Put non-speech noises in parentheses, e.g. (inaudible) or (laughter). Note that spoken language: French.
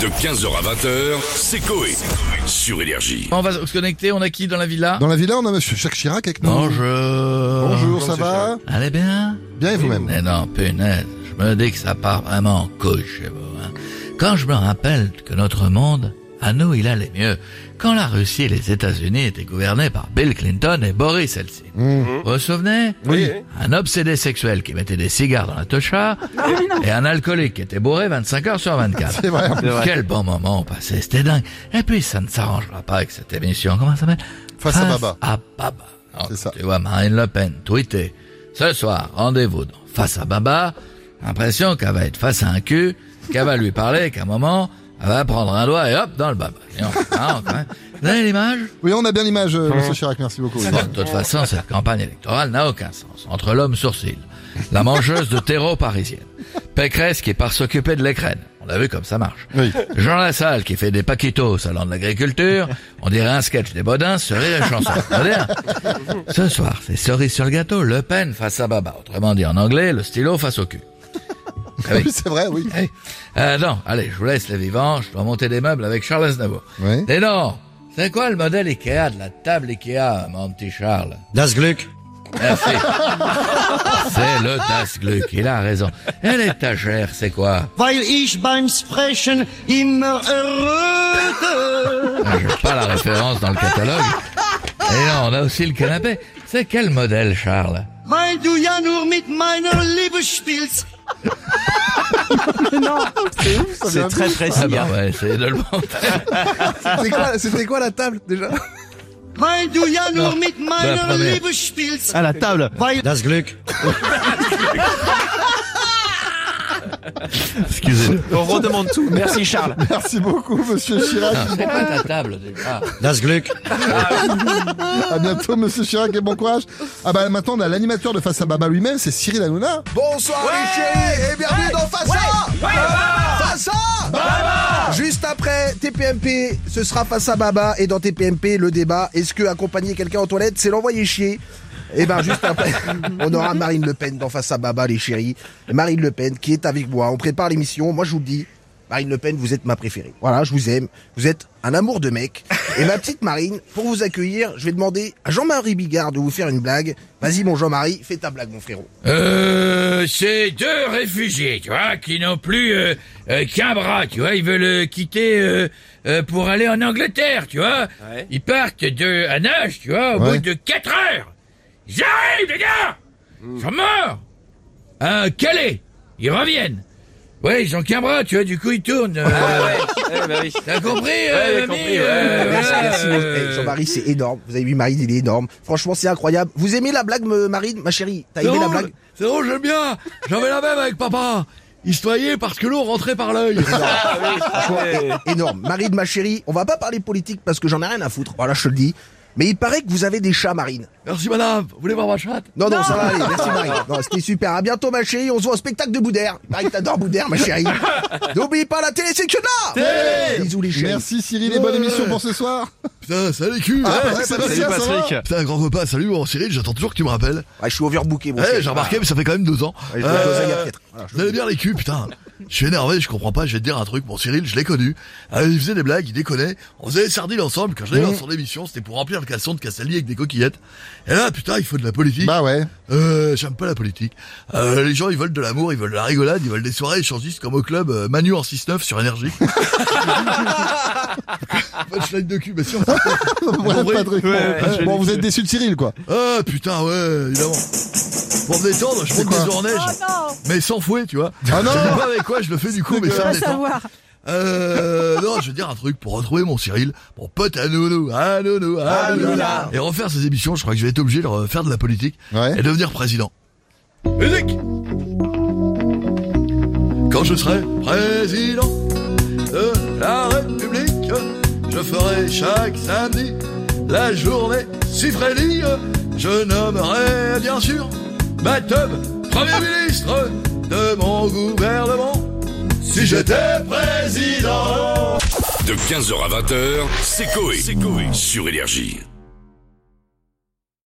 De 15h à 20h, c'est Coé. Sur Énergie. On va se connecter, on a qui dans la villa Dans la villa, on a Monsieur Jacques Chirac avec nous. Bonjour. Bonjour, ça va Allez bien Bien et vous-même Mais non, punaise, je me dis que ça part vraiment en couche chez vous. hein. Quand je me rappelle que notre monde, à nous, il allait mieux. Quand la Russie et les États-Unis étaient gouvernés par Bill Clinton et Boris Eltsine. Vous vous souvenez Mmh. Mhm. Oui. Un obsédé sexuel qui mettait des cigares dans la tocha Ah et un alcoolique qui était bourré 25 heures sur 24. C'est vrai. Quel bon moment on passait, c'était dingue. Et puis ça ne s'arrangera pas avec cette émission, comment ça s'appelle Face à Baba. à Baba. Alors, C'est bah, ça. Ah, Tu vois, Marine Le Pen tweeter. Ce soir, rendez-vous dans Face à Baba. Impression qu'elle va être face à un cul, qu'elle va lui parler, (laughs) qu'à un moment, elle va prendre un doigt et hop, dans le Baba. Et on- ah, quand même. Vous avez l'image Oui, on a bien l'image, euh, Monsieur Chirac. Merci beaucoup. Bon, de toute façon, cette campagne électorale n'a aucun sens. Entre l'homme sourcil, la mangeuse de terreau parisienne, Pécresse qui part s'occuper de l'écrène. On a vu comme ça marche. Oui. Jean Lassalle qui fait des paquitos au salon de l'agriculture. On dirait un sketch des Bodins, cerise et chanson. On dirait un- Ce soir, c'est cerise sur le gâteau, Le Pen face à Baba. Autrement dit en anglais, le stylo face au cul. Ah oui. (laughs) Oui, c'est vrai, oui. Eh, euh, non, allez, je vous laisse les vivants, je dois monter des meubles avec Charles Aznavour. Oui. Mais non, c'est quoi le modèle Ikea de la table Ikea, mon petit Charles Das Glück. Merci. c'est le Das Gluck, il a raison. Et l'étagère, c'est quoi Weil ich beim Sprechen immer erröte. Ah, J'ai pas la référence dans le catalogue. Et non, on a aussi le canapé. C'est quel modèle, Charles Weil du ja nur mit meiner Liebe spielst. C'est très Ah bah ouais, c'est de le C'était quoi, c'était quoi la table déjà Weil du ja nur mit meiner première. Liebe spielst. à la table. Weil Das Glück. Excusez-le. On redemande tout. Merci Charles. (laughs) Merci beaucoup, Monsieur Chirac. C'est pas ta table, déjà. Das Glück. (laughs) À bientôt, Monsieur Chirac, et bon courage. Ah bah maintenant, on a l'animateur de Face à Baba lui-même, c'est Cyril Hanouna. Bonsoir les chéris et bienvenue dans Fassa Fassa Juste après TPMP, ce sera Fassa Baba et dans TPMP le débat, est-ce que accompagner quelqu'un aux toilettes c'est l'envoyer chier et ben juste après, on aura Marine Le Pen dans Face à Baba, les chéris. Marine Le Pen qui est avec moi. On prépare l'émission. Moi, je vous le dis, Marine Le Pen, vous êtes ma préférée. Voilà, je vous aime. Vous êtes un amour de mec. Et ma petite Marine, pour vous accueillir, je vais demander à Jean-Marie Bigard de vous faire une blague. Vas-y, mon Jean-Marie, fais ta blague, mon frérot. Euh, c'est deux réfugiés, tu vois, qui n'ont plus euh, euh, qu'un bras, tu vois. Ils veulent euh, quitter euh, euh, pour aller en Angleterre, tu vois. Ils partent de à nage, tu vois, au Ouais. bout de quatre heures. Ils arrivent, les gars Ils sont morts À Calais Ils reviennent Ouais, ils ont qu'un bras, tu vois, du coup ils tournent. euh, ben T'as compris, euh, mamie, euh, Merci, voilà, merci, merci. euh, Eh, Jean-Marie, c'est énorme. Vous avez vu, Marine, il est énorme. Franchement, c'est incroyable. Vous aimez la blague, me- Marine, ma chérie T'as C'est aimé la drôle, blague c'est drôle, j'aime bien. J'avais la même avec papa. Il se toyait parce que l'eau rentrait par l'œil. Franchement, é- énorme. Marine, ma chérie, on va pas parler politique parce que j'en ai rien à foutre. Voilà, je te le dis. Mais il paraît que vous avez des chats, Marine. Merci madame, vous voulez voir ma chatte Non, non, ça va aller. Merci, Marine. Non, c'était super. À bientôt, ma chérie. On se voit au spectacle de Boudère. Il paraît que t'adores Boudère, ma chérie. N'oublie pas la télé, c'est que là Bisous, les chéris. Merci Cyril et bonne émission pour ce soir. Putain, salut cul Ah, ouais, Salut Sébastien, ça va Patrick. Putain, grand repas, salut bon, Cyril, j'attends toujours que tu me rappelles. Ouais, je suis overbooké, mon Eh, chéri. j'ai remarqué, mais ça fait quand même deux ans. Euh, Ouais, je dois doser, il y a peut-être. Voilà, je- Vous allez bien les culs, putain. Je suis énervé, je comprends pas, je vais te dire un truc. Bon, Cyril, je l'ai connu. Euh, il faisait des blagues, il déconnait. On faisait des sardines ensemble. Quand je l'ai vu dans son émission, c'était pour remplir le casson de Castaldi avec des coquillettes. Et là, putain, il faut de la politique. Bah ouais. Euh, j'aime pas la politique. Euh, les gens, ils veulent de l'amour, ils veulent de la rigolade, ils veulent des soirées échangistes comme au club euh, Manu en 6-9 sur énergie. (laughs) Punchline de cul, mais si, on fait ça. (laughs) Voilà, Patrick. Ouais, ouais, Bon, je bon, l'ai vous vu. êtes déçu de Cyril, quoi. Ah putain ouais évidemment Pour me détendre je monte quoi des orneiges Mais sans fouet tu vois Ah non Je sais pas avec quoi je le fais du coup mais ça me dégueulasse. détend Euh non je vais dire un truc pour retrouver mon Cyril Mon pote à nounou à nounou à nounou Hanouna. Et refaire ces émissions je crois que je vais être obligé de refaire de la politique Ouais. Et devenir président Musique Quand je serai président de la République, je ferai chaque samedi la journée suffrénie. Je nommerai bien sûr ma teub Premier ministre de mon gouvernement si j'étais président. De 15h à 20h, c'est Coé. Sur Énergie.